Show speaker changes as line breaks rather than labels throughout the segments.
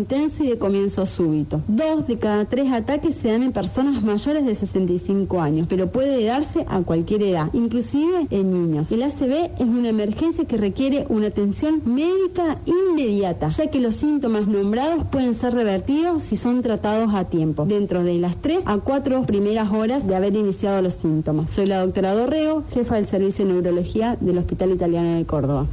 intenso y de comienzo súbito. Dos de cada tres ataques se dan en personas mayores de 65 años, pero puede darse a cualquier edad, inclusive en niños. El ACV es una emergencia que requiere una atención médica inmediata, ya que los síntomas nombrados pueden ser revertidos si son tratados a tiempo, dentro de las 3 a 4 primeras horas de haber iniciado los síntomas. Soy la doctora Dorrego, jefa del Servicio de Neurología del Hospital Italiano de Córdoba.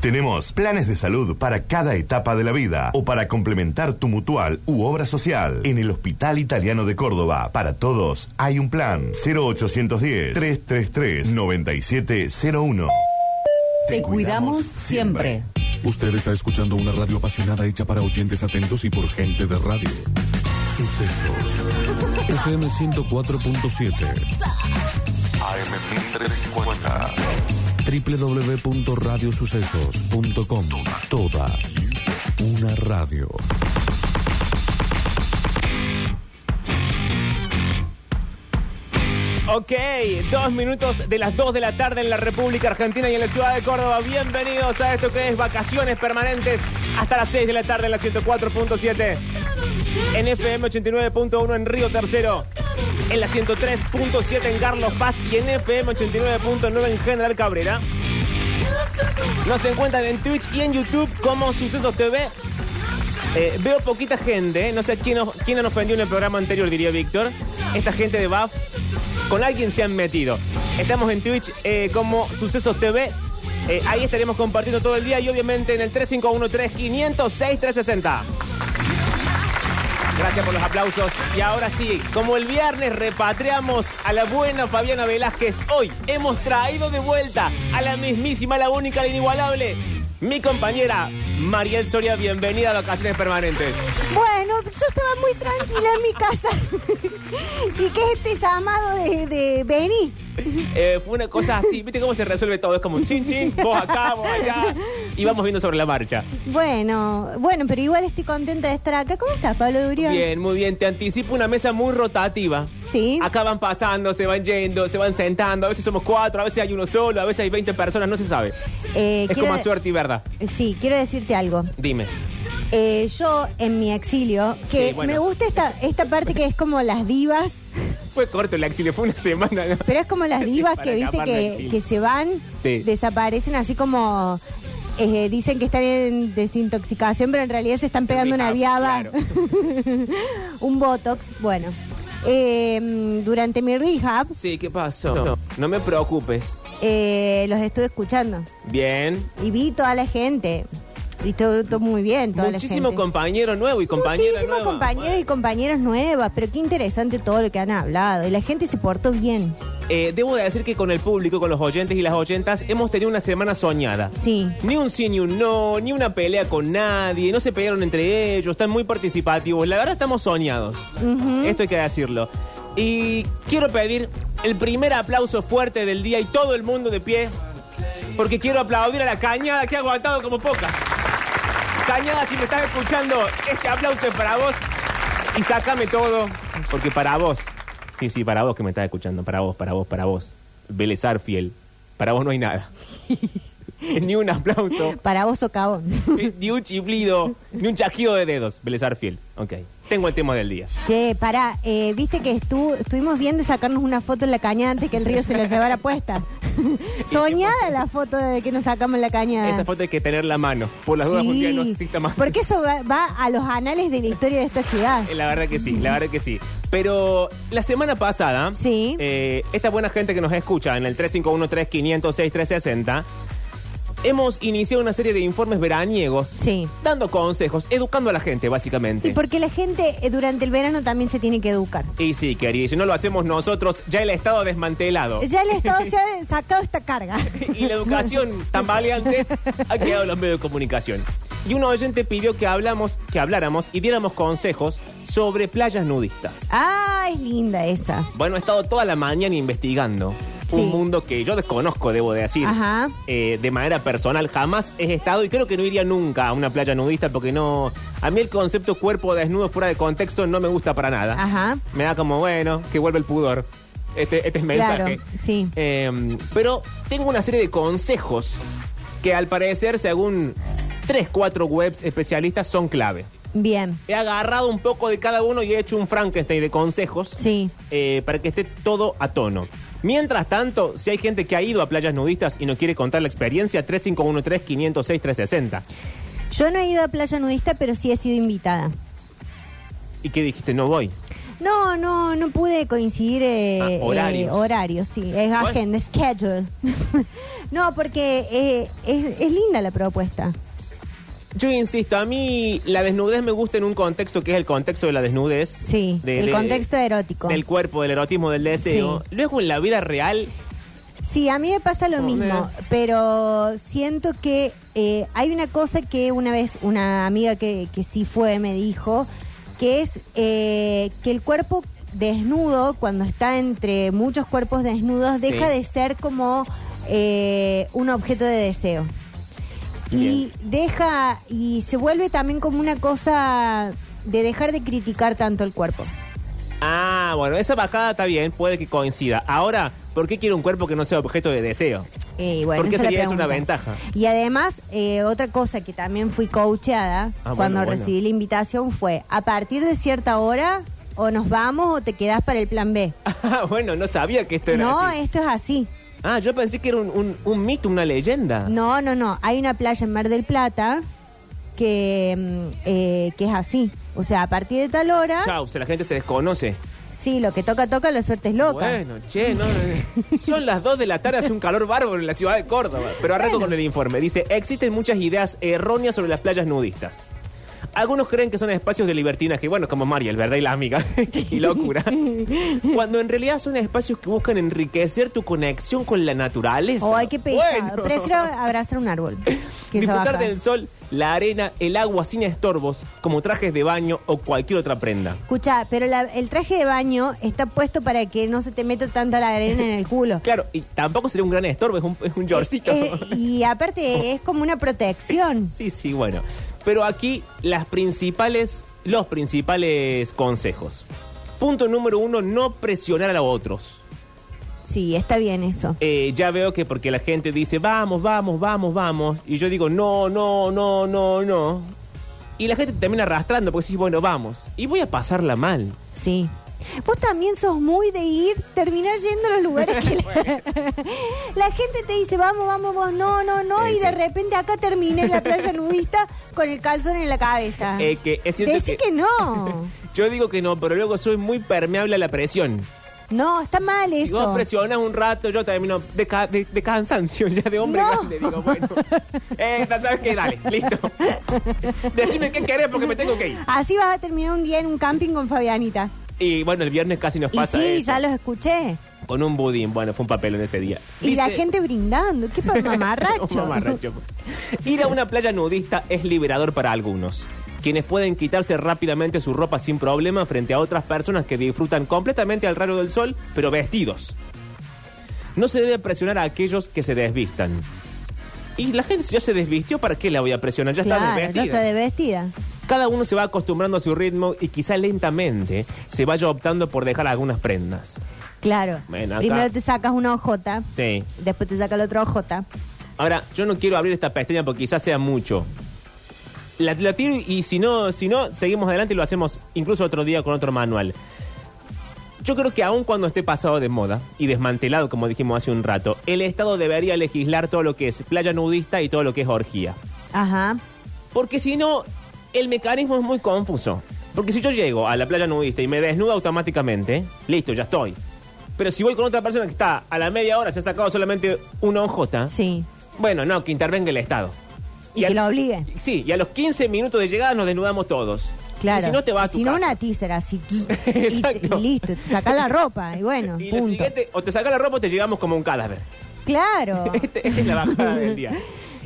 Tenemos planes de salud para cada etapa de la vida o para complementar tu mutual u obra social. En el Hospital Italiano de Córdoba, para todos hay un plan 0810-333-9701.
Te cuidamos siempre.
Usted está escuchando una radio apasionada hecha para oyentes atentos y por gente de radio. Sucesos. FM 104.7.
AM1350.
www.radiosucesos.com. Toda una radio.
Ok, dos minutos de las dos de la tarde en la República Argentina y en la ciudad de Córdoba. Bienvenidos a esto que es vacaciones permanentes hasta las 6 de la tarde en la 104.7. En FM 89.1 en Río Tercero. En la 103.7 en Carlos Paz y en FM 89.9 en General Cabrera. Nos encuentran en Twitch y en YouTube como Sucesos TV. Eh, veo poquita gente, eh. no sé quién nos, quién nos ofendió en el programa anterior, diría Víctor. Esta gente de BAF, con alguien se han metido. Estamos en Twitch eh, como Sucesos TV. Eh, ahí estaremos compartiendo todo el día y obviamente en el 351-3506-360. Gracias por los aplausos. Y ahora sí, como el viernes repatriamos a la buena Fabiana Velázquez, hoy hemos traído de vuelta a la mismísima, la única, la inigualable, mi compañera Mariel Soria. Bienvenida a Vacaciones Permanentes.
Bueno, yo estaba muy tranquila en mi casa. ¿Y qué es este llamado de, de Beni?
Eh, fue una cosa así, ¿viste cómo se resuelve todo? Es como un chin chin, vos acá, vos allá. Y vamos viendo sobre la marcha.
Bueno, bueno, pero igual estoy contenta de estar acá. ¿Cómo estás, Pablo Durión?
Bien, muy bien. Te anticipo una mesa muy rotativa.
Sí.
Acá van pasando, se van yendo, se van sentando. A veces somos cuatro, a veces hay uno solo, a veces hay 20 personas, no se sabe.
Eh,
es
quiero-
como a suerte y verdad.
Sí, quiero decirte algo.
Dime.
Eh, yo, en mi exilio, que
Sí, bueno.
me gusta esta, esta parte que es como las divas,
Fue corto el exilio, fue una semana. ¿no?
pero es como las
Sí,
divas
para
que, viste,
escapar del
que,
exilio.
que se van,
Sí.
desaparecen así como... eh, dicen que están en desintoxicación, pero en realidad se están pegando una viaba.
Ah, Claro.
un botox. Bueno, eh, mm, durante mi rehab
Sí, ¿qué pasó? No, no me preocupes.
eh, los estuve escuchando
Bien.
y vi toda la gente. Y todo, todo muy bien, toda
Muchísimo
la gente.
compañero nuevo y compañera
Muchísimos
nueva.
compañeros y compañeras nuevas, pero qué interesante todo lo que han hablado. Y la gente se portó bien.
Eh, debo de decir que con el público, con los oyentes y las oyentas, hemos tenido una semana soñada.
Sí.
Ni un sí ni un no, ni una pelea con nadie, no se pelearon entre ellos, están muy participativos. La verdad estamos soñados. Esto hay que decirlo. Y quiero pedir el primer aplauso fuerte del día y todo el mundo de pie, porque quiero aplaudir a la cañada que ha aguantado como poca. Cañada, si me estás escuchando, este aplauso es para vos y sácame todo, porque para vos, sí, sí, para vos que me estás escuchando, para vos, para vos, para vos, Vélez fiel, para vos no hay nada. Ni un aplauso.
Para vos, Socavón.
Eh, ni un chiflido, ni un chasquido de dedos. Belezar fiel. Ok. Tengo el tema del día.
che, pará, eh, viste que estu- estuvimos bien de sacarnos una foto en la cañada antes que el río se la llevara puesta. Soñada la foto de que nos sacamos en la cañada.
Esa foto hay que tener la mano. Por las dudas,
Ah. Sí,
un día no exista más.
Porque eso va, va a los anales de la historia de esta ciudad.
Eh, La verdad que sí, la verdad que sí. Pero la semana pasada,
Sí.
eh, esta buena gente que nos escucha en el 351-3506-360, hemos iniciado una serie de informes veraniegos.
Sí.
Dando consejos, educando a la gente, básicamente.
Y porque la gente eh, durante el verano también se tiene que educar.
Y sí, querido, y si no lo hacemos nosotros, ya el Estado desmantelado.
Ya el Estado se ha sacado esta carga.
y la educación tambaleante ha quedado en los medios de comunicación. Y un oyente pidió que hablamos, que habláramos y diéramos consejos sobre playas nudistas.
Ah, es linda esa.
Bueno, he estado toda la mañana investigando
Sí.
un mundo que yo desconozco, debo de decir.
Ajá.
Eh, de manera personal jamás he estado y creo que no iría nunca a una playa nudista porque no... A mí el concepto cuerpo desnudo fuera de contexto no me gusta para nada.
Ajá.
Me da como, bueno, que vuelve el pudor. Este, este es mensaje.
Claro, sí.
Eh, pero tengo una serie de consejos que al parecer, según 3, 4 webs especialistas, son clave.
Bien.
He agarrado un poco de cada uno y he hecho un Frankenstein de consejos
Sí.
eh, para que esté todo a tono. Mientras tanto, si hay gente que ha ido a playas nudistas y no quiere contar la experiencia, 3513-506-360.
Yo no he ido a playa nudista, pero sí he sido invitada.
¿Y qué dijiste? No voy.
No, no, no pude coincidir eh,
Ah, horarios.
eh, horarios, sí, es agenda, schedule. no, porque eh, es, es linda la propuesta.
Yo insisto, a mí la desnudez me gusta en un contexto que es el contexto de la desnudez.
Sí,
De-
el
de-
contexto erótico.
Del cuerpo, del erotismo, del deseo. Luego en la vida real,
Sí, a mí me pasa lo
Oh,
mismo,
nena.
pero siento que eh, hay una cosa que una vez una amiga que, que sí fue me dijo, que es eh, que el cuerpo desnudo, cuando está entre muchos cuerpos desnudos,
Sí.
deja de ser como eh, un objeto de deseo. Y deja, y se vuelve también como una cosa de dejar de criticar tanto el cuerpo.
Ah, bueno, esa bajada está bien, puede que coincida. Ahora, ¿por qué quiero un cuerpo que no sea objeto de deseo?
Eh, bueno,
Porque
esa es la
sería eso una
pregunta.
ventaja.
Y además, eh, otra cosa que también fui coacheada
Ah, bueno,
cuando
bueno.
recibí la invitación fue, a partir de cierta hora, o nos vamos o te quedás para el plan B.
Ah, bueno, no sabía que esto era
no, eh.
así.
esto es así.
Ah, yo pensé que era un, un- un mito, una leyenda.
No, no, no. Hay una playa en Mar del Plata que, mm, eh, que es así. O sea, a partir de tal hora,
Chau, si la gente se desconoce.
sí, lo que toca, toca, la suerte es loca.
Bueno, che, no, no, son las 2 de la tarde, hace un calor bárbaro en la ciudad de Córdoba. Pero arranco con el informe. Dice, existen muchas ideas erróneas sobre las playas nudistas. Algunos creen que son espacios de libertinaje, bueno, como Mariel, ¿verdad? Y la amiga. y locura. Cuando en realidad son espacios que buscan enriquecer tu conexión con la naturaleza.
O Oh, hay que pensar.
Bueno.
Prefiero abrazar un árbol. que esa
Disfrutar
baja.
del sol, la arena, el agua sin estorbos, como trajes de baño o cualquier otra prenda.
Escucha, pero la- el traje de baño está puesto para que no se te meta tanta la arena en el culo.
Claro, y tampoco sería un gran estorbo, es un, es un yorcito.
Eh, eh, y aparte es como una protección.
Sí, sí, bueno. Pero aquí las principales, los principales consejos. Punto número uno, no presionar a los otros.
Sí, está bien eso.
Eh, ya veo que porque la gente dice, vamos, vamos, vamos, vamos. Y yo digo, no, no, no, no, no. Y la gente te termina arrastrando porque decís, bueno, vamos. Y voy a pasarla mal.
Sí. Vos también sos muy de ir, terminar yendo a los lugares que la, la gente te dice, vamos, vamos, vos, no, no, no,
Sí,
y de
sí.
repente acá terminé en la playa nudista con el calzón en la cabeza.
Eh, que es cierto
Decí
que-
que no.
Yo digo que no, pero luego soy muy permeable a la presión.
No, está mal
Si vos
eso.
presionas un rato, yo termino de, ca- de, de cansancio ya de hombre
No.
grande. Digo, bueno, esta, ¿sabes qué? Dale, listo. Decime qué querés porque me tengo que ir.
Así vas a terminar un día en un camping con Fabianita.
Y bueno, el viernes casi nos
Y
pasa
sí,
eso.
ya los escuché.
Con un budín, bueno, fue un papel en ese día.
Y la
Dice-
gente brindando. ¿Qué pasa, mamarracho?
Un mamarracho. Ir a una playa nudista es liberador para algunos, quienes pueden quitarse rápidamente su ropa sin problema frente a otras personas que disfrutan completamente al rayo del sol, pero vestidos. No se debe presionar a aquellos que se desvistan. Y la gente si ya se desvistió, ¿para qué la voy a presionar? Ya está
Claro, ya
desvestida.
está de vestida.
Cada uno se va acostumbrando a su ritmo y quizá lentamente se vaya optando por dejar algunas prendas.
Claro.
Ven acá.
Primero te sacas una ojota,
Sí.
después te saca la otra ojota.
Ahora, yo no quiero abrir esta pestaña porque quizás sea mucho. La, la tiro y si no, si no, seguimos adelante y lo hacemos incluso otro día con otro manual. Yo creo que aun cuando esté pasado de moda y desmantelado, como dijimos hace un rato, el Estado debería legislar todo lo que es playa nudista y todo lo que es orgía.
Ajá.
Porque si no, el mecanismo es muy confuso. Porque si yo llego a la playa nudista y me desnudo automáticamente, listo, ya estoy. Pero si voy con otra persona que está a la media hora, se ha sacado solamente una ojota,
Sí.
bueno, no, que intervenga el Estado.
Y, que
al-
lo obligue.
Sí, y a los 15 minutos de llegada nos desnudamos todos.
Claro.
Y si no, te vas a tu
Si no,
casa.
una teaser así. y, y-
Exacto.
y listo. Te sacas la ropa y bueno,
Y lo
punto.
siguiente, o te sacas la ropa o te llegamos como un cadáver.
Claro.
Este- Esta es la bajada del día.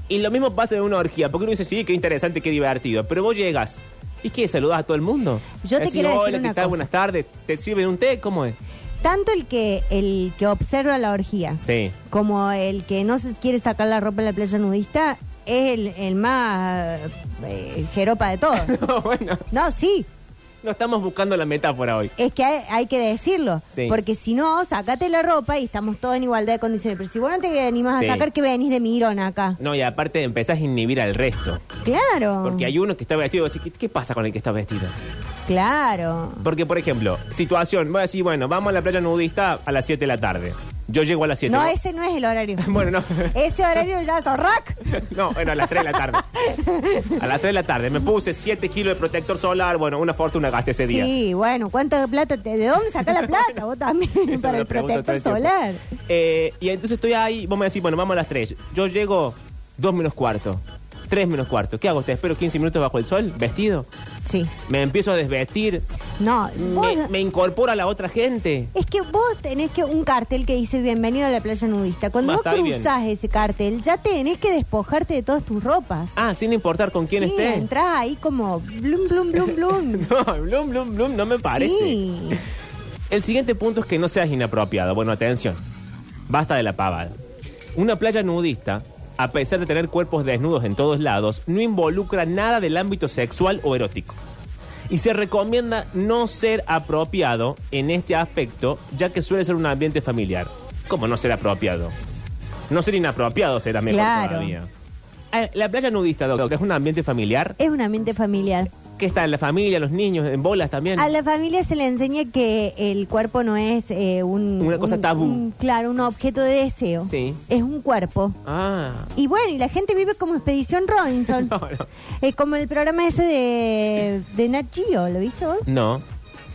Y lo mismo pasa en una orgía, porque uno dice, sí, qué interesante, qué divertido. Pero vos llegas, ¿y qué? ¿Saludás a todo el mundo?
Yo te
Decís,
quiero
"Hola,
decir
¿qué
una
tal?
cosa".
Buenas tardes. ¿Te sirven un té? ¿Cómo es?
Tanto el que, el que observa la orgía
Sí.
como el que no se quiere sacar la ropa en la playa nudista es el, el más eh, jeropa de todos.
bueno.
No, sí.
No estamos buscando la metáfora hoy.
Es que hay, hay que decirlo,
Sí.
porque si no, sacate la ropa y estamos todos en igualdad de condiciones. Pero si vos no te animás
Sí.
a sacar, que venís de mirón acá.
No, y aparte empezás a inhibir al resto.
Claro.
Porque hay uno que está vestido y vos decís, ¿qué, qué pasa con el que está vestido?
Claro.
Porque, por ejemplo, situación, voy a decir, bueno, vamos a la playa nudista a las 7 de la tarde. Yo llego a las 7.
No,
¿no?
ese no es el horario.
Bueno, no.
Ese horario ya es rock.
No, bueno, a las 3 de la tarde. A las 3 de la tarde. Me puse 7 kilos de protector solar. Bueno, una fortuna gasté ese día.
Sí, bueno, ¿cuánta plata? te- ¿De dónde sacás la plata? Vos también,
Eso
para
me
el
lo pregunto todo
protector
el tiempo.
solar.
Eh, y entonces estoy ahí, vos me decís, bueno, vamos a las 3. Yo llego 2 menos cuarto, 3 menos cuarto. ¿Qué hago? ¿Te espero 15 minutos bajo el sol, vestido?
Sí.
¿Me empiezo a desvestir?
No, vos-
¿Me, me incorporo a la otra gente?
es que vos tenés que un cartel que dice bienvenido a la playa nudista. Cuando
Va a
vos
estar bien.
cruzás ese cartel, ya tenés que despojarte de todas tus ropas.
Ah, sin importar con quién
sí,
esté.
entrás ahí como blum, blum, blum, blum.
No, blum, blum, blum, no me parece.
Sí.
El siguiente punto es que no seas inapropiado. Bueno, atención. Basta de la pavada. Una playa nudista, a pesar de tener cuerpos desnudos en todos lados, no involucra nada del ámbito sexual o erótico. Y se recomienda no ser apropiado en este aspecto, ya que suele ser un ambiente familiar. ¿Cómo no ser apropiado? No ser inapropiado será mejor
Claro.
todavía. Ah, La playa nudista, doctor, es un ambiente familiar
Es un ambiente familiar.
que está en la familia, los niños, en bolas también.
A la familia se le enseña que el cuerpo no es eh, un...
Una cosa
un-
tabú.
un- claro, un objeto de deseo.
Sí.
Es un cuerpo.
Ah,
Y bueno, y la gente vive como Expedición Robinson.
No, no.
Eh, como el programa ese de, de Nat Geo, ¿lo viste vos?
no.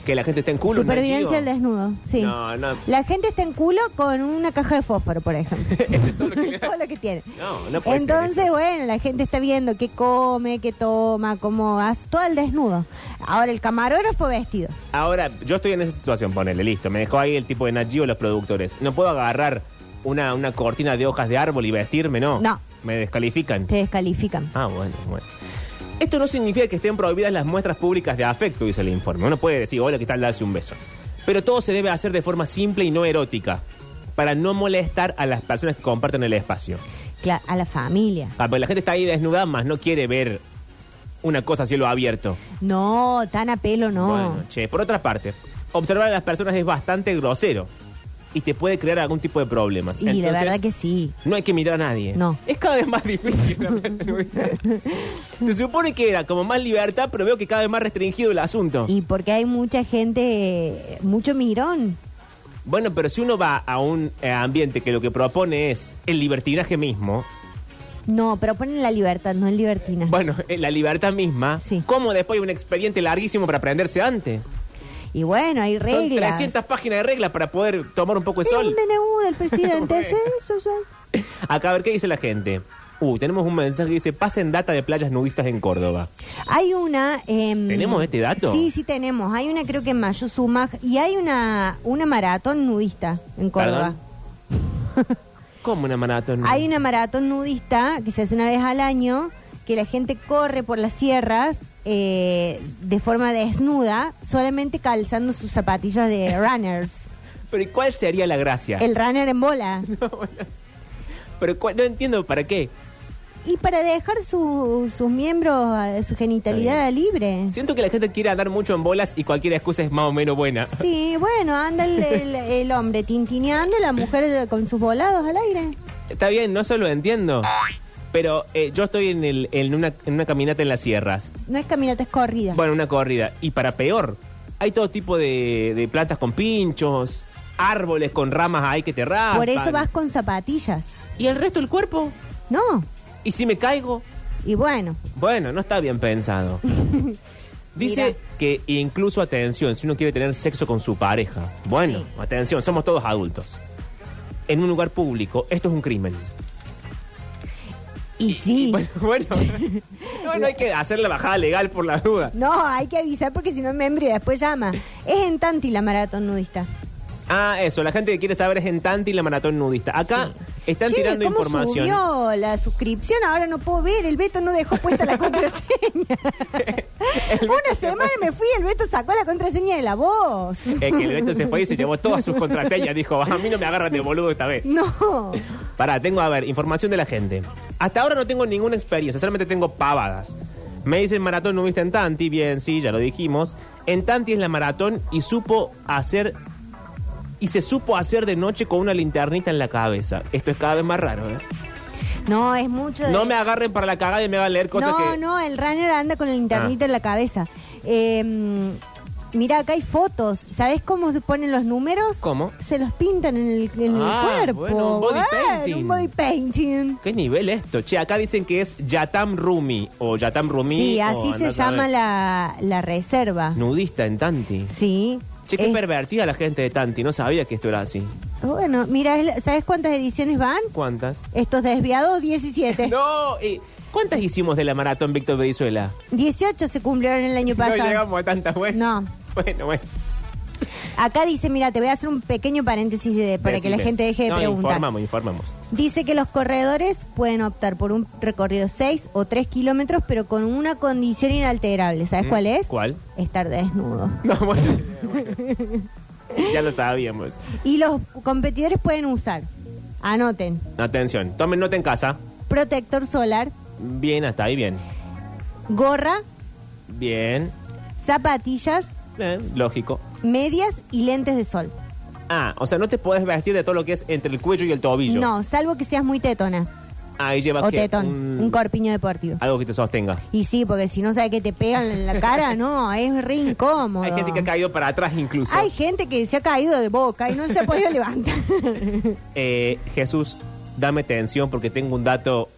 Que la gente está en culo. ¿no,
Supervivencia al
chico?
desnudo, sí.
No, no.
La gente está en culo con una caja de fósforo, por ejemplo.
Este,
todo, lo que tiene.
No, no puede ser
Entonces,
eso.
bueno, la gente está viendo qué come, qué toma, cómo hace, todo al desnudo. Ahora, el camarógrafo vestido.
Ahora, yo estoy en esa situación, ponele, listo. Me dejó ahí el tipo de Nat Geo, los productores. No puedo agarrar una, una cortina de hojas de árbol y vestirme, no.
No.
Me descalifican.
Te descalifican.
Ah, bueno, bueno. Esto no significa que estén prohibidas las muestras públicas de afecto, dice el informe. Uno puede decir, hola, ¿qué tal? Darse un beso. Pero todo se debe hacer de forma simple y no erótica, para no molestar a las personas que comparten el espacio.
Cla- a la familia.
Ah, pero la gente está ahí desnuda, más no quiere ver una cosa a cielo abierto.
No, tan a pelo no.
Bueno, che, por otra parte, observar a las personas es bastante grosero y te puede crear algún tipo de problemas.
y la
Entonces,
verdad que sí.
No hay que mirar a nadie.
No.
Es cada vez más difícil. la verdad. Se supone que era como más libertad, pero veo que cada vez más restringido el asunto.
Y porque hay mucha gente, eh, mucho mirón.
Bueno, pero si uno va a un eh, ambiente que lo que propone es el libertinaje mismo,
No, pero ponen la libertad, no el libertinaje.
bueno, eh, la libertad misma,
Sí.
¿cómo después hay un expediente larguísimo para aprenderse antes?
Y bueno, hay
Son
reglas.
300 páginas de reglas para poder tomar un poco de
Tengo
Pues sol.
un DNU del presidente, sí, sí, sí.
Acá a ver qué dice la gente. Uh, tenemos un mensaje que dice, pasen data de playas nudistas en Córdoba.
Hay una... em,
¿Tenemos este dato?
Sí, sí tenemos. Hay una creo que en Mayo Sumag y hay una, una maratón nudista en Córdoba. Mm.
Perdón. ¿Cómo una maratón?
Hay una maratón nudista que se hace una vez al año, que la gente corre por las sierras eh, de forma desnuda, solamente calzando sus zapatillas de runners.
Pero ¿y cuál sería la gracia?
El runner en bola.
Pero cuál- no entiendo para qué.
Y para dejar su- sus miembros, eh, su genitalidad libre.
Siento que la gente quiere andar mucho en bolas y cualquier excusa es más o menos buena.
Sí, bueno, anda el, el- el hombre tintineando, la mujer con sus volados al aire.
Está bien, no se lo entiendo. Pero eh, yo estoy en, el- en una, en una caminata en las sierras.
No es caminata, es corrida.
Bueno, una corrida. Y para peor, hay todo tipo de, de plantas con pinchos, árboles con ramas ahí que te raspan.
Por eso vas con zapatillas.
¿Y el resto del cuerpo?
No.
¿Y si me caigo?
Y bueno,
Bueno, no está bien pensado. Dice
Mira.
que incluso atención, si uno quiere tener sexo con su pareja. Bueno,
Sí.
atención, somos todos adultos. En un lugar público, esto es un crimen.
y sí.
Bueno, bueno. No, no hay que hacer la bajada legal por la duda.
No, hay que avisar porque si no me embría, después llama. Es en Tanti la maratón nudista.
Ah, eso, la gente que quiere saber es en Tanti la maratón nudista. Acá están
Che,
tirando
¿cómo
información.
subió la suscripción? Ahora no puedo ver. El Beto no dejó puesta la contraseña. Una semana me fui el Beto sacó la contraseña de la voz.
Es que el Beto se fue y se llevó todas sus contraseñas. Dijo, a mí no me agarran de boludo esta vez.
No.
Pará, tengo, a ver, información de la gente. Hasta ahora no tengo ninguna experiencia, solamente tengo pavadas. Me dicen maratón, no viste en Tanti. Bien, sí, ya lo dijimos. En Tanti es la maratón y supo hacer. Y se supo hacer de noche con una linternita en la cabeza. Esto es cada vez más raro, ¿eh?
No, es mucho. de-
No me agarren para la cagada y me va a leer cosas
no,
que. Ah.
no, el runner anda con el internito en la cabeza. Eh, mira, acá hay fotos. ¿Sabés cómo se ponen los números?
¿Cómo?
Se los pintan en el, en el
Ah,
cuerpo.
bueno, un body
Bueno,
painting.
Un body painting.
¿Qué nivel esto? Che, acá dicen que es Yatam Rumi o Yatam Rumi.
Sí,
o
así se
andá a saber.
llama la, la reserva.
Nudista en Tanti.
Sí.
Che, qué
es-
pervertida la gente de Tanti. No sabía que esto era así.
Bueno, mira, es la- ¿sabes cuántas ediciones van?
¿Cuántas?
Estos desviados, 17.
No, eh, ¿cuántas hicimos de la maratón Víctor Venezuela?
18 se cumplieron el año pasado.
No llegamos pues. a tantas, bueno.
No.
Bueno, bueno.
Acá dice, mira, te voy a hacer un pequeño paréntesis de- para que la
Decime.
gente deje de
No,
preguntar.
Informamos, informamos.
Dice que los corredores pueden optar por un recorrido de 6 o 3 kilómetros, pero con una condición inalterable. ¿Sabes
Mm,
cuál es?
¿Cuál?
Estar desnudo.
No, bueno. ya lo sabíamos.
Y los competidores pueden usar, anoten,
Atención, tomen nota en casa.
protector solar,
Bien, hasta ahí, bien.
gorra,
Bien.
zapatillas,
Eh, lógico.
medias y lentes de sol.
Ah, o sea, no te podés vestir de todo lo que es entre el cuello y el tobillo.
No, salvo que seas muy tetona
Ahí llevas
o
que-
tetón, un corpiño deportivo.
Algo que te sostenga.
Y sí, porque si no sabes que te pegan en la cara, no, es re incómodo.
Hay gente que ha caído para atrás incluso.
Hay gente que se ha caído de boca y no se ha podido levantar.
Eh, Jesús, dame atención porque tengo un dato.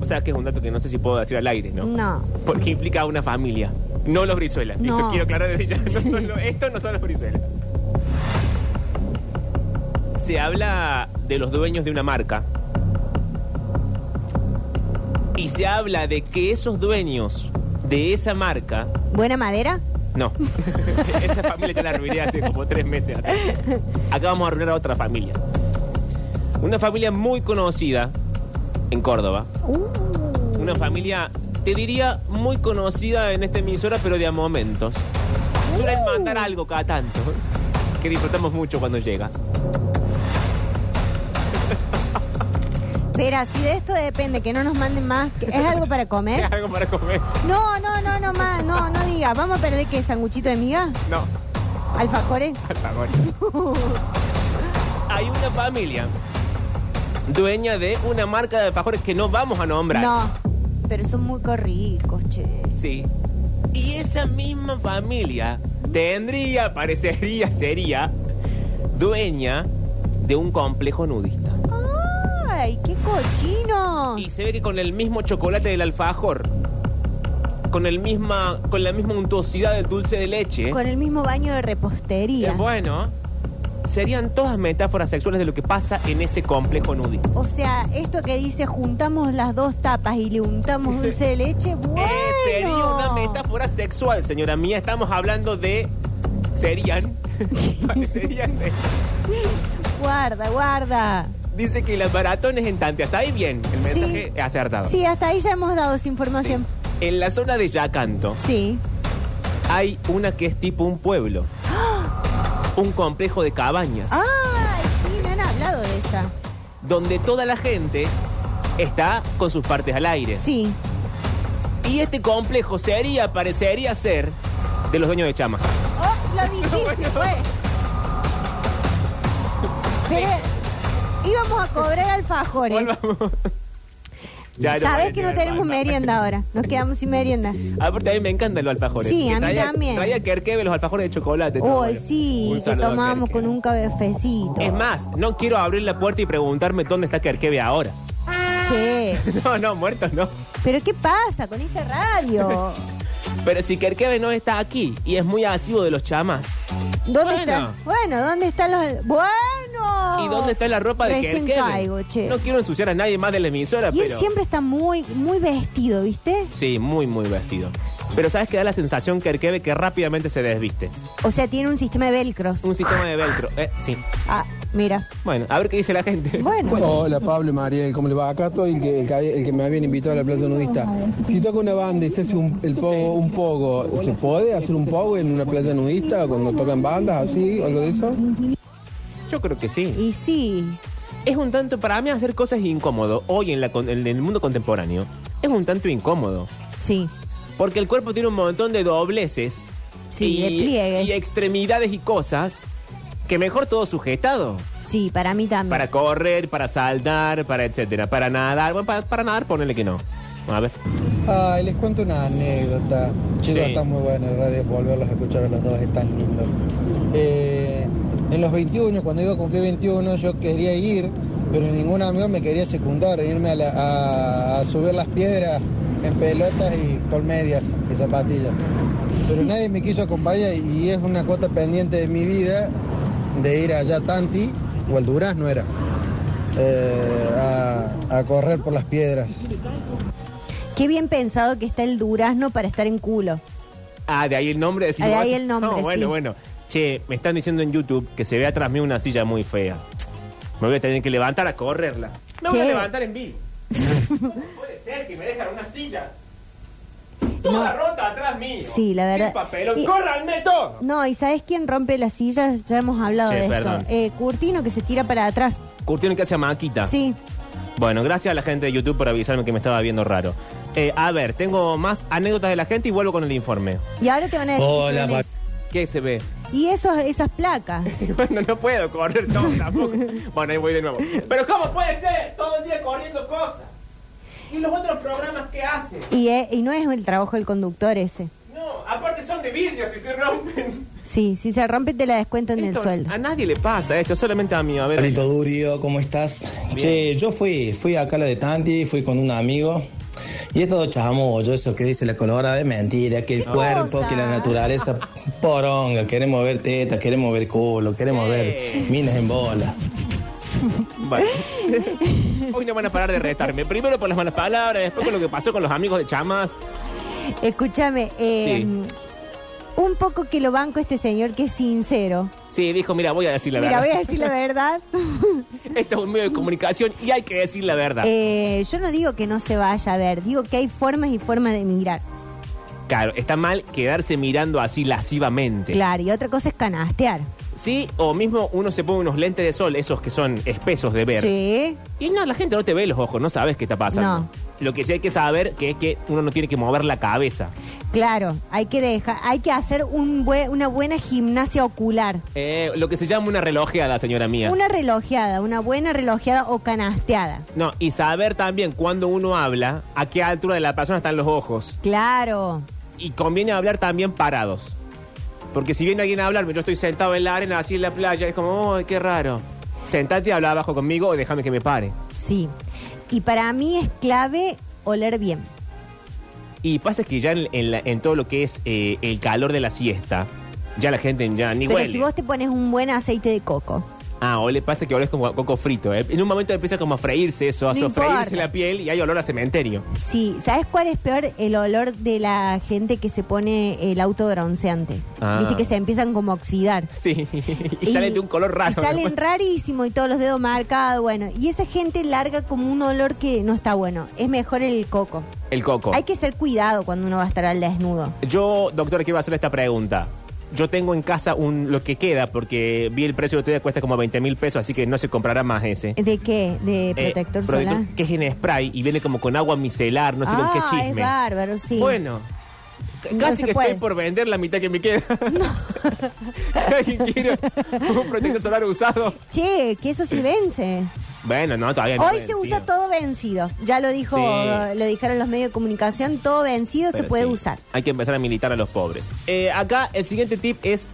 O sea, que es un dato que no sé si puedo decir al aire, ¿no?
No.
Porque implica a una familia, no los brizuelas. Esto
No.
quiero aclarar desde ya. No son lo- esto no son los brizuelas. Se habla de los dueños de una marca. Y se habla de que esos dueños de esa marca
¿Buena madera?
no. Esa familia ya la arruiné hace como tres meses atrás. Acá vamos a arruinar a otra familia. Una familia muy conocida en Córdoba. Una familia, te diría, muy conocida en esta emisora, pero de a momentos. Suelen mandar algo cada tanto, que disfrutamos mucho cuando llega.
Pero si de esto depende, que no nos manden más. que- ¿Es algo para comer?
Algo para comer.
No, no, no, no más. No, no diga. ¿Vamos a perder qué? ¿Sanguchito de miga?
No,
¿Alfajores?
al favor. Hay una familia dueña de una marca de alfajores que no vamos a nombrar.
No. Pero son muy corricos, che.
Sí. Y esa misma familia tendría, parecería, sería dueña de un complejo nudista.
¡Ay, qué cochino!
Y se ve que con el mismo chocolate del alfajor, con el misma, con la misma untuosidad del dulce de leche,
Con el mismo baño de
eh,
repostería.
bueno, serían todas metáforas sexuales de lo que pasa en ese complejo nudista.
O sea, esto que dice juntamos las dos tapas y le untamos dulce de leche, bueno.
Eh, sería una metáfora sexual, señora mía. Estamos hablando de serían, parecerían. eh.
Guarda, guarda.
Dice que las maratones en Tante. Hasta ahí bien. El mensaje
Sí.
es acertado.
Sí, hasta ahí ya hemos dado esa información.
En la zona de Yacanto
Sí.
hay una que es tipo un pueblo.
¡Ah!
Un complejo de cabañas.
Ay, sí, me han hablado de esa.
Donde toda la gente está con sus partes al aire.
Sí.
Y este complejo sería, parecería ser, de los dueños de Chama.
Oh, lo dijiste, pues. Pero íbamos a cobrar alfajores.
Volvamos. Ya no
Sabes
parece
que no
al
tenemos
Papa.
merienda ahora. Nos quedamos sin merienda.
Aparte, a mí me encantan los alfajores.
Sí,
Que
a mí
traía-
también.
Traía Kerkebe los alfajores de chocolate. todo,
Hoy
bueno.
sí,
Un
que
saludo a
tomábamos
Kerkebe.
con un cafecito.
Es más, no quiero abrir la puerta y preguntarme dónde está Kerkebe ahora.
Che.
No, no, muerto no.
Pero ¿qué pasa con esta radio?
Pero si Kerkebe no está aquí y es muy asivo de los chamas,
¿Dónde
Bueno.
está? Bueno, ¿dónde están los Bueno?
¿y dónde está la ropa de
Oh, Recién
Kerkebe?
caigo, che.
No quiero ensuciar a nadie más de la emisora,
y él
pero.
siempre está muy muy vestido, ¿viste?
Sí, muy, muy vestido. Pero sabes que da la sensación Kerkebe que rápidamente se desviste.
O sea, tiene un sistema de velcros.
Un sistema de velcro. Eh, sí.
Ah, mira.
Bueno, a ver qué dice la gente.
Bueno.
Hola Pablo y Mariel, ¿cómo le va? Acá estoy el que, el que había- el que me habían invitado a la plaza nudista. Si toca una banda y se hace un, el pogo, un pogo, ¿se puede hacer un pogo en una plaza nudista cuando tocan bandas así, algo de eso?
Yo creo que sí.
Y sí.
es un tanto, para mí hacer cosas es incómodo, hoy en, la con- en el mundo contemporáneo, es un tanto incómodo.
Sí.
Porque el cuerpo tiene un montón de dobleces.
Sí, de pliegues.
Y extremidades y cosas que mejor todo sujetado.
Sí, para mí también.
Para correr, para saltar, para etcétera. Para nadar. Bueno, para, para nadar, ponele que no. A ver.
Ay, les cuento una anécdota. Chicos,
Sí.
está muy bueno el radio, volverlos a escuchar a los dos, es tan lindo. Eh, en los 21, cuando iba a cumplir 21, yo quería ir, pero ningún amigo me quería secundar, irme a, la- a- a subir las piedras en pelotas y con medias y zapatillas. Pero nadie me quiso acompañar y es una cuota pendiente de mi vida de ir allá a Tanti, o al Durazno era, eh, a- a correr por las piedras.
Qué bien pensado que está el durazno para estar en culo.
Ah, de ahí el nombre. decís,
De
¿no?
ahí el nombre,
No, bueno,
sí.
bueno. Che, me están diciendo en YouTube que se ve atrás mío una silla muy fea. Me voy a tener que levantar a correrla. Me voy a
Che.
levantar en vivo. Puede ser que me dejan una silla. Toda rota atrás mío.
Sí, la verdad.
Qué papelón.
Y-
¡Córranme todo!
No, ¿y sabes quién rompe las sillas? Ya hemos hablado
Sí,
de
perdón.
esto. Eh, Curtino que se tira para atrás.
Curtino que hace a Maquita.
Sí.
Bueno, gracias a la gente de YouTube por avisarme que me estaba viendo raro. Eh, a ver, tengo más anécdotas de la gente y vuelvo con el informe.
Y ahora te van a decir.
Hola,
quién
Mar-
es.
¿Qué se ve?
Y esos, esas placas.
bueno, no puedo correr todo tampoco. bueno, ahí voy de nuevo. Pero ¿cómo puede ser? Todo el día corriendo cosas. ¿Y los otros programas que hacen?
Y, eh, y no es el trabajo del conductor ese.
No, aparte son de vidrio si se rompen.
Sí, si se rompe te la descuentan del
Esto Ah,
sueldo.
A nadie le pasa esto, solamente a mí. A ver.
Carlito Durio, ¿cómo estás?
Bien.
Che, yo fui, fui acá a la de Tanti, fui con un amigo. Y esto chamuyo, eso que dice la colora de mentira, que el
¿Qué
cuerpo,
cosa?
que la naturaleza poronga, queremos ver tetas, queremos ver culo, queremos
Sí.
ver minas en bola.
Bueno. Hoy no van a parar de retarme. Primero por las malas palabras, después con lo que pasó con los amigos de Chamas.
Escúchame, eh, un poco que lo banco este señor que es sincero.
Sí, dijo, mira, voy a decir la
Mira,
verdad.
voy a decir la verdad.
Esto es un medio de comunicación y hay que decir la verdad.
Eh, yo no digo que no se vaya a ver, digo que hay formas y formas de mirar.
Claro, está mal quedarse mirando así lascivamente.
Claro, y otra cosa es canastear.
Sí, o mismo uno se pone unos lentes de sol, esos que son espesos de ver.
Sí.
Y no, la gente no te ve los ojos, no sabes qué está pasando.
No.
Lo que sí hay que saber que es que uno no tiene que mover la cabeza.
Claro, hay que dejar, hay que hacer un bue- una buena gimnasia ocular,
Eh, lo que se llama una relojeada, señora mía.
una relojeada, una buena relojeada o canasteada.
No, y saber también cuando uno habla, a qué altura de la persona están los ojos.
Claro,
Y conviene hablar también parados. Porque si viene alguien a hablarme, yo estoy sentado en la arena, así en la playa, es como, oh, qué raro. Sentate y habla abajo conmigo o déjame que me pare.
sí. Y para mí es clave oler bien.
Y pasa que ya en, en la- en todo lo que es eh, el calor de la siesta, ya la gente ya ni
Pero
huele.
si vos te pones un buen aceite de coco,
Ah, o le pasa que olés como a coco frito. eh. En un momento empieza como a freírse eso, a
No
sofreírse
importa.
la piel y hay olor a cementerio.
sí. ¿Sabes cuál es peor? El olor de la gente que se pone el auto bronceante.
Ah.
Viste que se empiezan como a oxidar.
Sí, y, salen de un color raro.
y salen rarísimo y todos los dedos marcados, bueno. Y esa gente larga como un olor que no está bueno. Es mejor el coco.
El coco.
Hay que ser cuidado cuando uno va a estar al desnudo.
Yo, doctora, quiero hacer esta pregunta. Yo tengo en casa un lo que queda, porque vi el precio el otro día, cuesta como 20 mil pesos, así que no se comprará más ese.
¿De qué? ¿De
Eh,
protector
producto
solar?
Que es en spray y viene como con agua micelar, no sé
ah,
con qué chisme.
es bárbaro, sí.
Bueno, c-
No
casi
se
que
puede.
estoy por vender la mitad que me queda. si alguien quiere un protector solar usado.
Che, que eso sí vence.
Bueno, no, todavía no. eh,
Hoy
he
se
vencido.
usa todo vencido. Ya lo dijo,
Sí.
lo dijeron los medios de comunicación, todo vencido
Pero
se puede
sí,
usar.
Hay que empezar a militar a los pobres. Eh, acá el siguiente tip es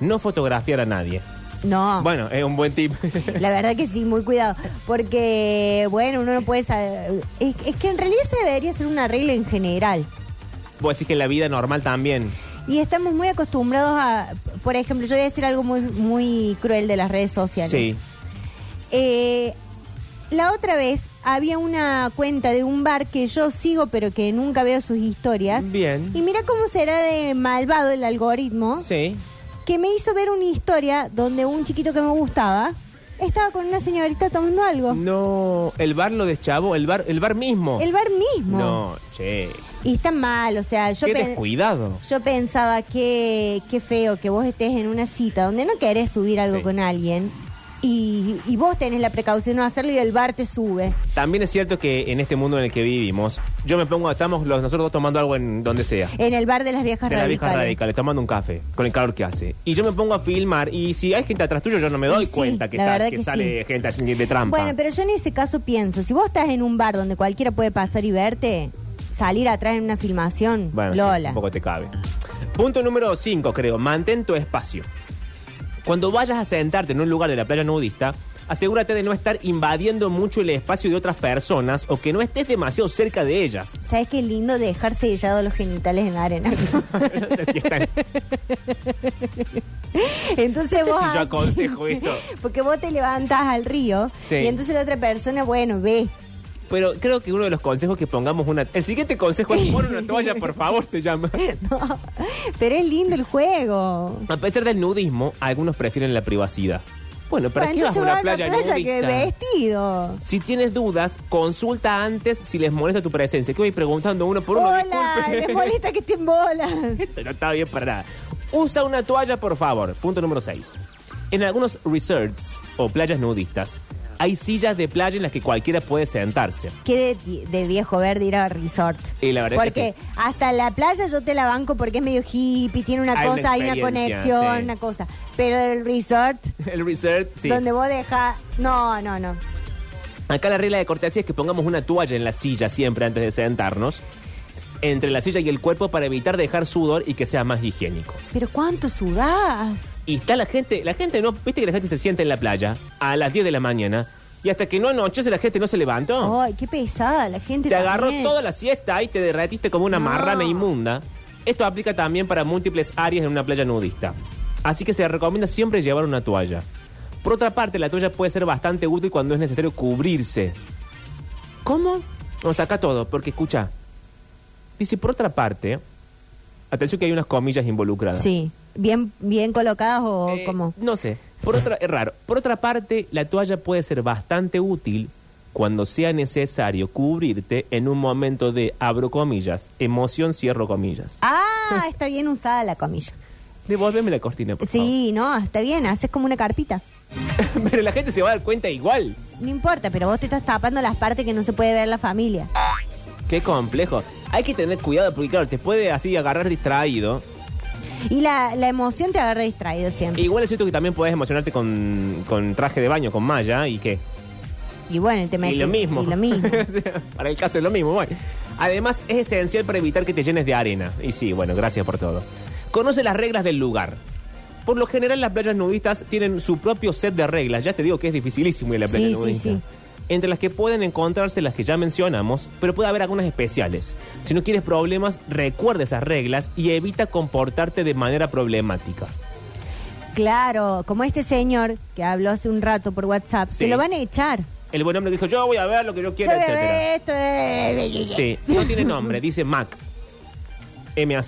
no fotografiar a nadie.
No,
Bueno, es un buen tip.
la verdad que sí, muy cuidado. Porque, bueno, uno no puede saber. Es, es que en realidad se debería ser una regla en general.
Vos decís que en la vida normal también.
Y estamos muy acostumbrados a. Por ejemplo, yo voy a decir algo muy, muy cruel de las redes sociales.
Sí.
Eh, la otra vez había una cuenta de un bar que yo sigo pero que nunca veo sus historias.
Bien.
Y mira cómo será de malvado el algoritmo
Sí.
que me hizo ver una historia donde un chiquito que me gustaba estaba con una señorita tomando algo.
No, el bar lo deschavo, el bar, el bar mismo.
El bar mismo.
No, che.
Y está mal, o sea, yo
Qué
pen-
descuidado.
Yo pensaba que qué feo que vos estés en una cita donde no querés subir algo
Sí.
con alguien y, y vos tenés la precaución de no hacerlo y el bar te sube.
También es cierto que en este mundo en el que vivimos, yo me pongo, estamos los, nosotros dos tomando algo en donde sea.
En el bar de las viejas
De las viejas
radicales.
radicales, tomando un café, con el calor que hace. Y yo me pongo a filmar, y si hay gente atrás tuyo, yo no me doy
Y sí,
cuenta que,
la
está-
verdad
que
que
sale
sí.
gente así de trampa.
Bueno, pero yo en ese caso pienso, si vos estás en un bar donde cualquiera puede pasar y verte, salir atrás en una filmación,
Bueno, sí,
Lola.
un poco te cabe. Punto número 5, creo. Mantén tu espacio. Cuando vayas a sentarte en un lugar de la playa nudista, asegúrate de no estar invadiendo mucho el espacio de otras personas o que no estés demasiado cerca de ellas.
¿Sabes qué lindo dejar sellado los genitales en la arena?
No sé si están-
entonces
No sé
vos
si yo
así-
aconsejo eso.
Porque vos te levantás al río
Sí.
y entonces la otra persona, bueno, ve.
Pero creo que uno de los consejos que pongamos una... El siguiente consejo es pon una toalla, por favor, se llama.
No, pero es lindo el juego.
A pesar del nudismo, algunos prefieren la privacidad. Bueno, ¿para
Bueno,
qué vas a
entonces
una
vas
playa,
que
nudista?
vestido.
Si tienes dudas, consulta antes si les molesta tu presencia. Que voy preguntando uno por uno.
Hola,
disculpe.
les molesta que estén bolas.
Esto no está bien para nada. Usa una toalla, por favor. Punto número 6. En algunos resorts o playas nudistas, hay sillas de playa en las que cualquiera puede sentarse.
Qué de, de viejo verde ir a resort.
Y la verdad es que
porque hasta la playa yo te la banco porque es medio hippie, tiene una
Hay una
cosa, hay una
experiencia,
conexión,
sí.
una cosa. Pero el resort,
El resort, sí.
donde vos dejas. No, no, no.
Acá la regla de cortesía es que pongamos una toalla en la silla siempre antes de sentarnos. Entre la silla y el cuerpo para evitar dejar sudor y que sea más higiénico.
Pero ¿cuánto sudás?
Y está la gente, la gente no, viste que la gente se sienta en la playa a las 10 de la mañana y hasta que no anochece la gente no se levantó.
Ay, qué pesada la gente.
Te agarró
también.
toda la siesta y te derretiste como una
No.
marrana inmunda. Esto aplica también para múltiples áreas en una playa nudista. Así que se recomienda siempre llevar una toalla. Por otra parte, la toalla puede ser bastante útil cuando es necesario cubrirse. ¿Cómo? No, saca todo, porque escucha. Dice, por otra parte, atención que hay unas comillas involucradas.
Sí. Bien, bien colocadas o
Eh,
como.
No sé. Por otra, es raro. Por otra parte, la toalla puede ser bastante útil cuando sea necesario cubrirte en un momento de, abro comillas, emoción, cierro comillas.
Ah, está bien usada la comilla.
Devuélveme la cortina, por
Sí, no, está bien, haces como una carpita.
favor. Pero la gente se va a dar cuenta igual.
No importa, pero vos te estás tapando las partes que no se puede ver la familia.
Qué complejo. Hay que tener cuidado porque, claro, te puede así agarrar distraído. E
Y la, la emoción te agarra distraído siempre.
Igual es cierto que también puedes emocionarte con, con traje de baño, con malla y qué.
Y bueno, te metes.
Y lo mismo.
Y lo mismo.
para el caso es lo mismo, bueno. Además, es esencial para evitar que te llenes de arena. Y sí, bueno, gracias por todo. Conoce las reglas del lugar. Por lo general, las playas nudistas tienen su propio set de reglas. Ya te digo que es dificilísimo ir a la playa
Sí, sí,
nudista.
sí.
Entre las que pueden encontrarse las que ya mencionamos, pero puede haber algunas especiales. Si no quieres problemas, recuerda esas reglas y evita comportarte de manera problemática.
claro, como este señor que habló hace un rato por WhatsApp,
Sí.
se lo van a echar.
El buen hombre que dijo, yo voy a ver lo que yo quiero,
Yo voy a
etcétera.
ver esto, eh,
Sí, no tiene nombre, dice Mac. MAC.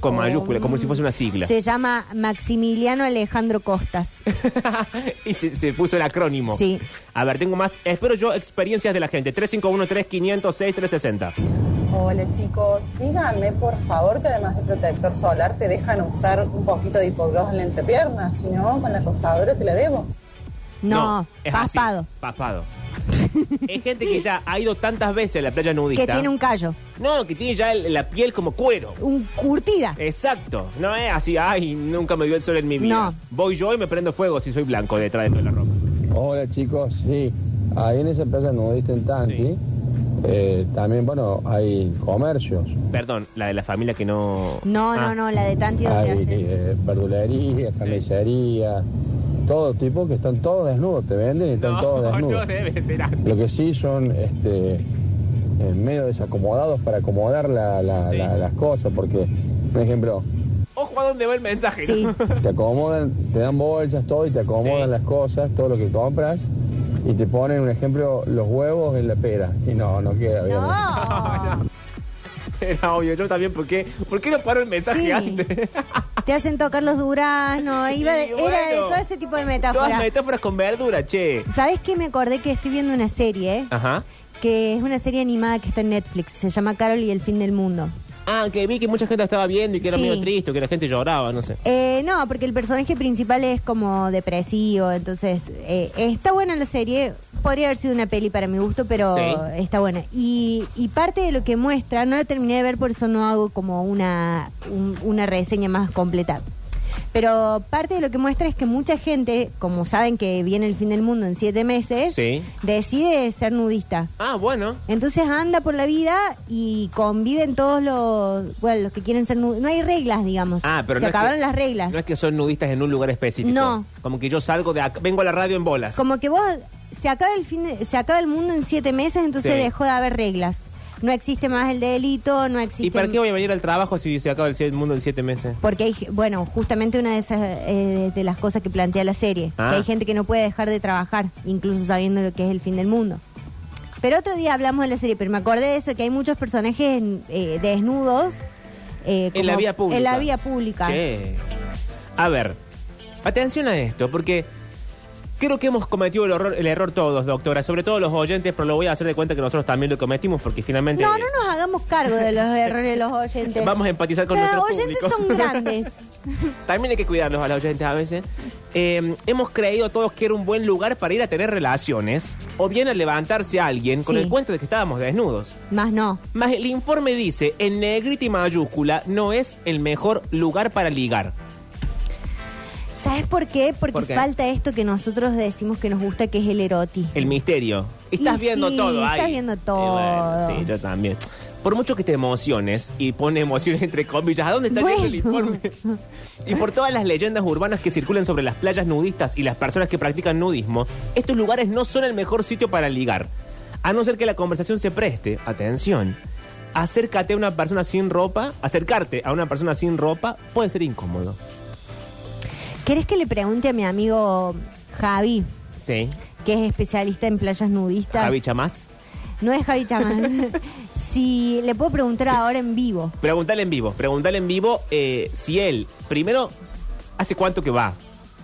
Con mayúscula, como si fuese una sigla.
Se llama Maximiliano Alejandro Costas.
y se, se puso el acrónimo.
Sí.
A ver, tengo más. Espero yo experiencias de la gente. 351-3506-360.
Hola chicos, díganme por favor que además de protector solar te dejan usar un poquito de hipogloss en la entrepierna, si no con la cosadora te la debo.
No,
es así,
paspado.
Paspado. es gente que ya ha ido tantas veces a la playa nudista.
Que tiene un callo.
No, que tiene ya el- la piel como cuero.
Un curtida.
Eh, Exacto. No es así, ay, nunca me dio el sol en mi vida.
No.
Voy yo y me prendo fuego si soy blanco detrás de toda la ropa.
Hola chicos, sí, ahí en esa plaza nudista en Tanti,
Sí.
eh, también bueno, hay comercios,
Perdón, la de la familia que no...
No,
Ah.
no, no, la de Tanti donde
hay
hace.
eh, verdulerías, carnicerías, todo tipo que están todos desnudos, te venden y están
No,
todos
no
desnudos.
debe ser así.
Lo que sí son este, eh, medio desacomodados para acomodar la- la-
Sí.
la- las cosas, porque, por ejemplo,
Ojo a dónde va el mensaje.
Sí.
¿no?
te acomodan, te dan bolsas, todo, y te acomodan
Sí.
las cosas, todo lo que compras, y te ponen, un ejemplo, los huevos en la pera, y no, no queda bien.
No.
Era obvio, yo también, ¿por qué, ¿Por qué no paro el mensaje
Sí.
antes?
Te hacen tocar los duraznos. Iba de-
Y bueno,
era de todo ese tipo de
Todas
metáforas.
metáforas con verdura, che.
¿Sabes qué? Me acordé que estoy viendo una serie,
Ajá.
que es una serie animada que está en Netflix. Se llama Carol y el fin del mundo.
Ah, que vi que mucha gente la estaba viendo y que era
Sí.
medio triste, que la gente lloraba, no sé.
Eh, no, porque el personaje principal es como depresivo, entonces eh, está buena la serie. Podría haber sido una peli para mi gusto, pero
Sí.
está buena. Y, y parte de lo que muestra, no la terminé de ver, por eso no hago como una, un- una reseña más completa. Pero parte de lo que muestra es que mucha gente, como saben que viene el fin del mundo en siete meses,
Sí.
decide ser nudista.
Ah, bueno.
Entonces anda por la vida y conviven todos los, bueno, los que quieren ser nudistas. No hay reglas, digamos.
Ah, pero
Se
no es que-
acabaron las reglas.
No es que son nudistas en un lugar específico.
No.
Como que yo salgo de acá, vengo a la radio en bolas.
Como que vos, se acaba el fin, de- se acaba el mundo en siete meses, entonces
Sí.
dejó de haber reglas. No existe más el delito, no existe...
¿Y para qué voy a venir al trabajo si se acaba el cien- mundo en siete meses?
Porque hay, ge- bueno, justamente una de esas eh, de las cosas que plantea la serie,
Ah.
que hay gente que no puede dejar de trabajar, incluso sabiendo lo que es el fin del mundo. Pero otro día hablamos de la serie, pero me acordé de eso, que hay muchos personajes eh, desnudos. eh,
En la
como-
vía pública.
En la vía pública.
Che. A ver, atención a esto, porque creo que hemos cometido el, horror- el error todos, doctora, sobre todo los oyentes, pero lo voy a hacer de cuenta que nosotros también lo cometimos, porque finalmente
No, no nos hagamos cargo de los errores de los oyentes.
vamos a empatizar con
los
nuestro
oyentes
público.
son grandes.
también hay que cuidarlos a los oyentes a veces. Eh, hemos creído todos que era un buen lugar para ir a tener relaciones, o bien a levantarse a alguien con
Sí.
el cuento de que estábamos desnudos.
Más no.
Más el informe dice, en negrita y mayúscula, no es el mejor lugar para ligar.
¿Sabes por qué? Porque
¿Por qué?
falta esto que nosotros decimos que nos gusta, que es el erotismo.
El misterio. Estás
Y
viendo
sí,
todo ahí.
estás viendo
Y
todo.
bueno, sí, yo también. Por mucho que te emociones, y pone emociones entre comillas, ¿a dónde está
Bueno.
yendo el informe? y por todas las leyendas urbanas que circulan sobre las playas nudistas y las personas que practican nudismo, estos lugares no son el mejor sitio para ligar. A no ser que la conversación se preste, atención, acércate a una persona sin ropa, acercarte a una persona sin ropa puede ser incómodo.
¿Querés que le pregunte a mi amigo Javi,
Sí.
que es especialista en playas nudistas?
Javi Chamás,
No es Javi Chamán. si le puedo preguntar ahora en vivo.
Preguntale en vivo, preguntale en vivo eh, si él, primero, hace cuánto que va.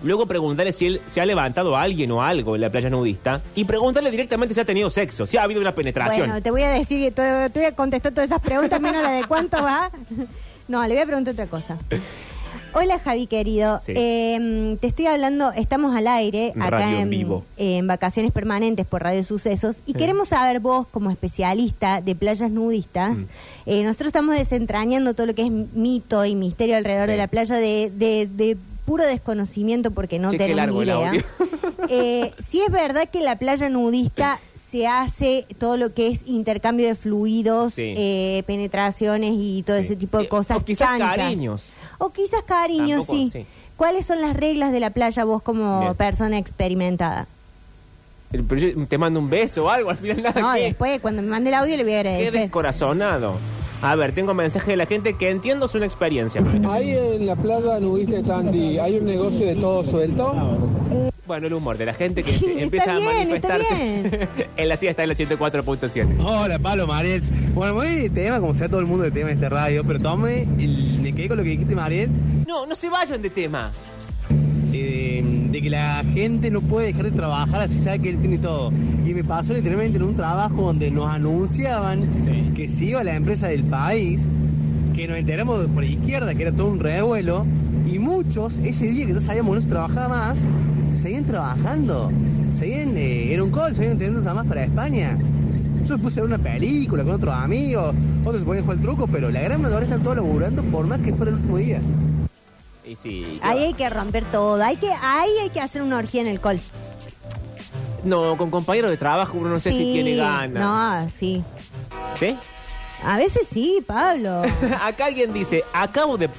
Luego preguntarle si él se ha levantado a alguien o algo en la playa nudista. Y preguntarle directamente si ha tenido sexo, si ha habido una penetración.
Bueno, te voy a decir, que te, te voy a contestar todas esas preguntas, menos la de cuánto va. No, le voy a preguntar otra cosa. Hola Javi querido,
Sí.
Eh, te estoy hablando, estamos al aire
En
acá
Radio
en,
en Vivo.
en vacaciones permanentes por Radio Sucesos y queremos saber vos como especialista de playas nudistas,
Mm.
eh, nosotros estamos desentrañando todo lo que es mito y misterio alrededor
Sí.
de la playa de, de- de puro desconocimiento porque no
Che, qué
tenemos
largo
ni
el
idea.
audio.
Eh, si es verdad que en la playa nudista se hace todo lo que es intercambio de fluidos,
Sí.
eh, penetraciones y todo
Sí.
ese tipo de
Eh,
cosas.
o quizás
chanchas.
cariños.
O quizás cariños,
Tampoco,
sí.
sí.
¿Cuáles son las reglas de la playa vos como
Bien.
persona experimentada?
El- pero yo te mando un beso o algo, al final nada.
No,
¿qué?
después cuando me mande el audio le voy a
Qué
agradecer.
descorazonado. A ver, tengo mensaje de la gente que entiendo su inexperiencia.
Ahí en la plaza nudista de Tanti hay un negocio de todo suelto.
Bueno, el humor de la gente que se-
Está
empieza a
bien, está
manifestarse. en la silla está en la 104.7.
Hola Pablo Mariel. Bueno, muy de tema, como sea todo el mundo de tema en esta radio, pero tome, el- me quedé con lo que dijiste Mariel,
No, no se vayan de tema.
eh, de que la gente no puede dejar de trabajar así sabe que él tiene todo. Y me pasó literalmente en un trabajo donde nos anunciaban que se iba la empresa del país, que nos enteramos por izquierda que era todo un revuelo, y muchos ese día que ya sabíamos que no se trabajaba más, seguían trabajando, seguían, eh, era un call, seguían teniendo más para España. Yo me puse a ver una película con otros amigos, otros se ponían a jugar al truco, pero la gran mayoría están todos laburando por más que fuera el último día.
Y sí,
Ahí hay que romper todo, hay que, ahí hay que hacer una orgía en el col.
No, con compañeros de trabajo uno no sé si tiene ganas.
No, sí.
¿Sí?
A veces sí, Pablo.
Acá alguien dice, acabo de...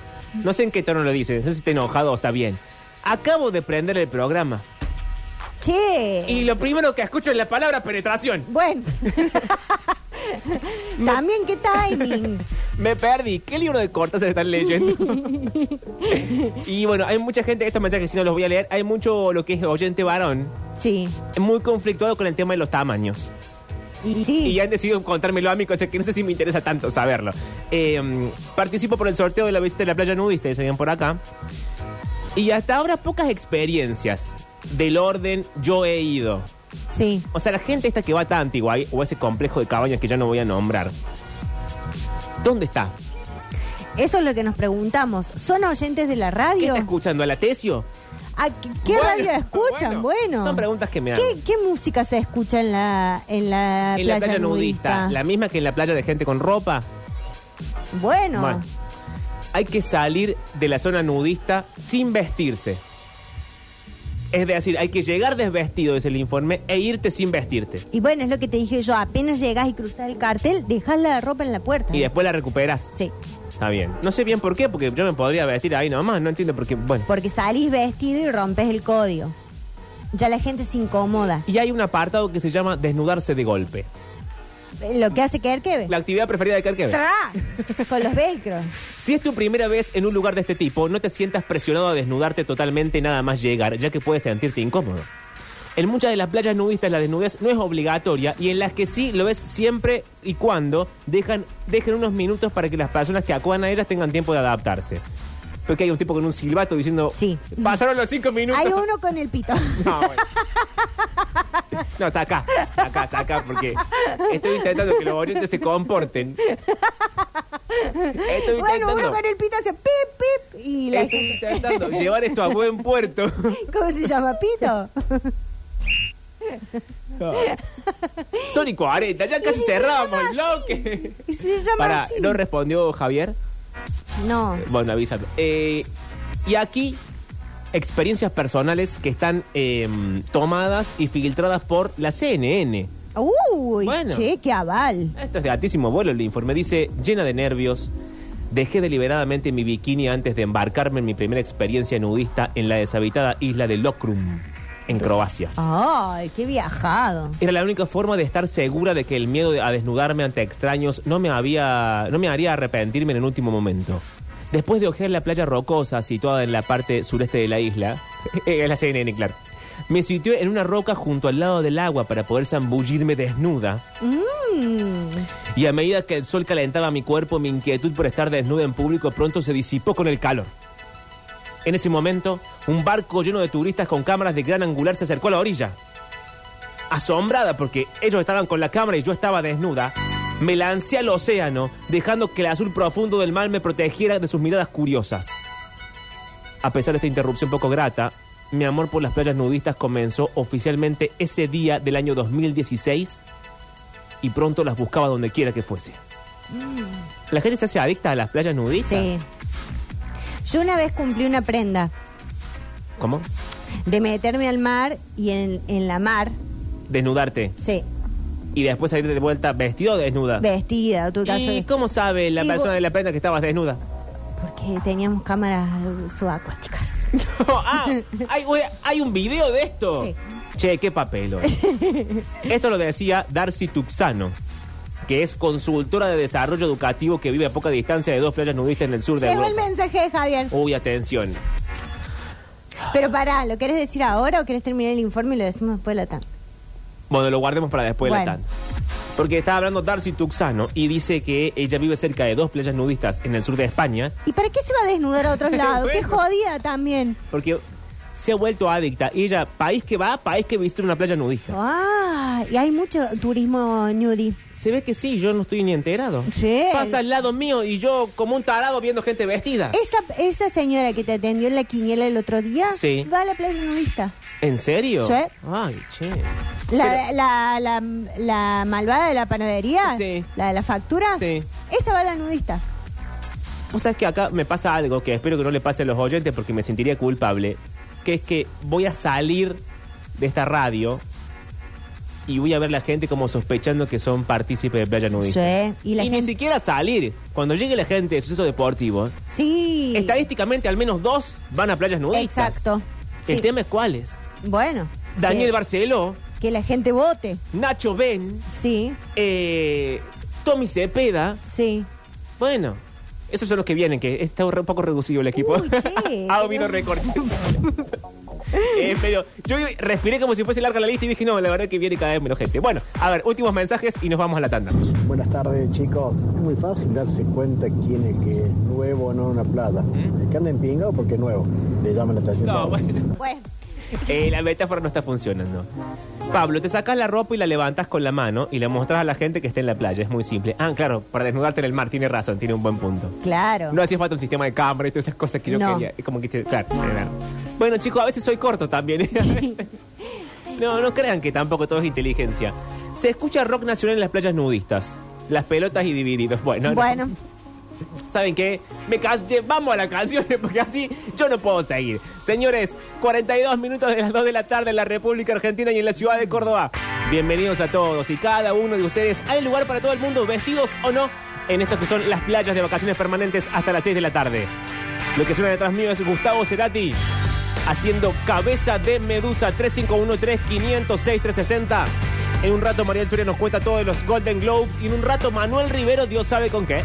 No sé en qué tono lo dice, no sé si está enojado o está bien. Acabo de prender el programa.
che.
Y lo primero que escucho es la palabra penetración.
Bueno. También qué timing.
Me perdí. ¿Qué libro de Cortázar están leyendo? y bueno, hay mucha gente, estos mensajes si no los voy a leer, hay mucho lo que es oyente varón,
Sí.
muy conflictuado con el tema de los tamaños.
Y sí.
Y han decidido contármelo a mí, cosa que no sé si me interesa tanto saberlo. Eh, participo por el sorteo de la visita de la playa nudista, dicen por acá. Y hasta ahora pocas experiencias del orden yo he ido.
Sí.
O sea, la gente esta que va tan antigua o ese complejo de cabañas que ya no voy a nombrar. ¿Dónde está?
Eso es lo que nos preguntamos. ¿Son oyentes de la
¿Qué
radio?
está escuchando? ¿A la tesio?
¿A qué, qué
Bueno,
radio escuchan? Bueno.
Son preguntas que me dan.
¿Qué, qué música se escucha en la, en la
en
playa,
la playa nudista, la misma que en la playa de gente con ropa.
Bueno.
Bueno. Hay que salir de la zona nudista sin vestirse. Es decir, hay que llegar desvestido, es el informe, e irte sin vestirte.
Y bueno, es lo que te dije yo. Apenas llegás y cruzás el cartel, dejás la ropa en la puerta.
Y después la recuperas.
Sí.
Está bien. No sé bien por qué, porque yo me podría vestir ahí nomás, no entiendo por qué. Bueno.
Porque salís vestido y rompes el código. Ya la gente se incomoda.
Y hay un apartado que se llama desnudarse de golpe.
Eh, Lo que hace quedar que ve.
La actividad preferida de Kerkebe.
Tra, Con los velcros.
Si es tu primera vez en un lugar de este tipo, no te sientas presionado a desnudarte totalmente nada más llegar, ya que puedes sentirte incómodo. En muchas de las playas nudistas la desnudez no es obligatoria y en las que sí lo es siempre y cuando dejan, dejen unos minutos para que las personas que acudan a ellas tengan tiempo de adaptarse. Porque hay un tipo con un silbato diciendo, sí. pasaron los cinco minutos.
Hay uno con el pito.
No, bueno. No, saca, saca, saca, porque estoy intentando que los oyentes se comporten. Estoy
bueno,
intentando.
uno con el pito hace pip, pip. Y la
Estoy intentando llevar esto a buen puerto.
¿Cómo se llama? ¿Pito?
Son y 40, ya casi
Y se
cerramos
llama
el bloque.
Y se llama
Para,
así.
¿no respondió Javier?
No.
Bueno, avísame. Eh, y aquí, experiencias personales que están eh, tomadas y filtradas por la CNN.
Uy,
Bueno.
che, qué aval.
Esto es de altísimo vuelo, el informe dice, llena de nervios. Dejé deliberadamente mi bikini antes de embarcarme en mi primera experiencia nudista en la deshabitada isla de Lokrum, en Croacia.
Ay, qué viajado.
Era la única forma de estar segura de que el miedo de- a desnudarme ante extraños no me, había, no me haría arrepentirme en el último momento. Después de ojear la playa rocosa situada en la parte sureste de la isla, eh, en la CNN, claro, me sitié en una roca junto al lado del agua para poder zambullirme desnuda.
Mm.
Y a medida que el sol calentaba mi cuerpo, mi inquietud por estar desnuda en público pronto se disipó con el calor. En ese momento, un barco lleno de turistas con cámaras de gran angular se acercó a la orilla. Asombrada porque ellos estaban con la cámara y yo estaba desnuda, me lancé al océano, dejando que el azul profundo del mar me protegiera de sus miradas curiosas. A pesar de esta interrupción poco grata, mi amor por las playas nudistas comenzó oficialmente ese día del año 2016 y pronto las buscaba donde quiera que fuese. ¿La gente se hace adicta a las playas nudistas?
Mm. Sí. Yo una vez cumplí una prenda
¿Cómo?
de meterme al mar y en, en la mar,
Desnudarte
sí,
y después salir de vuelta vestido o desnuda.
vestida, tu caso.
Ah. ¿Y cómo sabe la
Y
persona
vos-
de la prenda que estabas desnuda?
Porque teníamos cámaras eh, subacuáticas.
ah, hay, güey, hay un video de esto.
Sí.
Che, qué papel. hoy. esto lo decía Darcy Tuxano, que es consultora de desarrollo educativo que vive a poca distancia de dos playas nudistas en el sur de
Llegó el
Europa.
mensaje de Javier.
Uy, atención.
Pero pará, ¿lo querés decir ahora o querés terminar el informe y lo decimos después de la tan?
Bueno, lo guardemos para después de la
Bueno.
tanda. Porque estaba hablando Darcy Tuxano y dice que ella vive cerca de dos playas nudistas en el sur de España
¿Y para qué se va a desnudar a otros lados? Qué
Bueno.
jodida también.
porque se ha vuelto adicta. Y ella, país que va, país que visita una playa nudista.
Ah, y hay mucho turismo nudie.
Se ve que sí, yo no estoy ni enterado.
Sí.
Pasa al lado mío y yo como un tarado viendo gente vestida.
Esa, esa señora que te atendió en la quiniela el otro día
Sí.
va a la playa nudista.
¿En serio?
Sí.
Ay, che.
La, la, la, la malvada de la panadería,
Sí.
la de la factura,
Sí.
esa va a la nudista.
Vos sabés que acá me pasa algo que espero que no le pase a los oyentes porque me sentiría culpable, que es que voy a salir de esta radio y voy a ver a la gente como sospechando que son partícipes de Playa Nudista.
Sí, y la
y ni
gente-
siquiera salir. Cuando llegue la gente de suceso deportivo,
Sí.
estadísticamente al menos dos van a playas nudistas.
Exacto.
El
Sí.
tema es cuáles.
Bueno.
Daniel
que-
Barceló,
Que la gente vote.
Nacho Ben,
Sí,
eh, Tommy Cepeda.
sí.
Bueno, esos son los que vienen, que está un re- un poco reducido el equipo.
Uy, che.
ha habido recortes. Eh, pero yo respiré como si fuese larga la lista y dije, no, la verdad que viene cada vez menos gente. Bueno, a ver, últimos mensajes y nos vamos a la tanda.
Buenas tardes chicos, es muy fácil darse cuenta quién es el que es nuevo o no en una playa. El que anda en pingado porque es nuevo, le llaman la atención.
No, bueno.
Bueno,
Eh, la metáfora no está funcionando. Pablo, te sacas la ropa y la levantas con la mano y la mostras a la gente que esté en la playa. Es muy simple. Ah, claro, para desnudarte en el mar, tiene razón, tiene un buen punto.
Claro.
No hacía falta un sistema de cámara y todas esas cosas que yo
No.
quería. Es como que, te- claro, claro. Bueno, chicos, a veces soy corto también. no, no crean que tampoco todo es inteligencia. Se escucha rock nacional en las playas nudistas. Las pelotas y divididos. Bueno, no.
bueno,
¿Saben qué? Me cansé. Vamos a la canción porque así yo no puedo seguir. Señores, 42 minutos de las 2 de la tarde en la República Argentina y en la ciudad de Córdoba. Bienvenidos a todos y cada uno de ustedes. Hay lugar para todo el mundo, vestidos o no, en estas que son las playas de vacaciones permanentes hasta las 6 de la tarde. Lo que suena detrás mío es Gustavo Cerati haciendo cabeza de medusa 351-3506-360. En un rato Mariel Soria nos cuenta todos los Golden Globes y en un rato Manuel Rivero, Dios sabe con qué.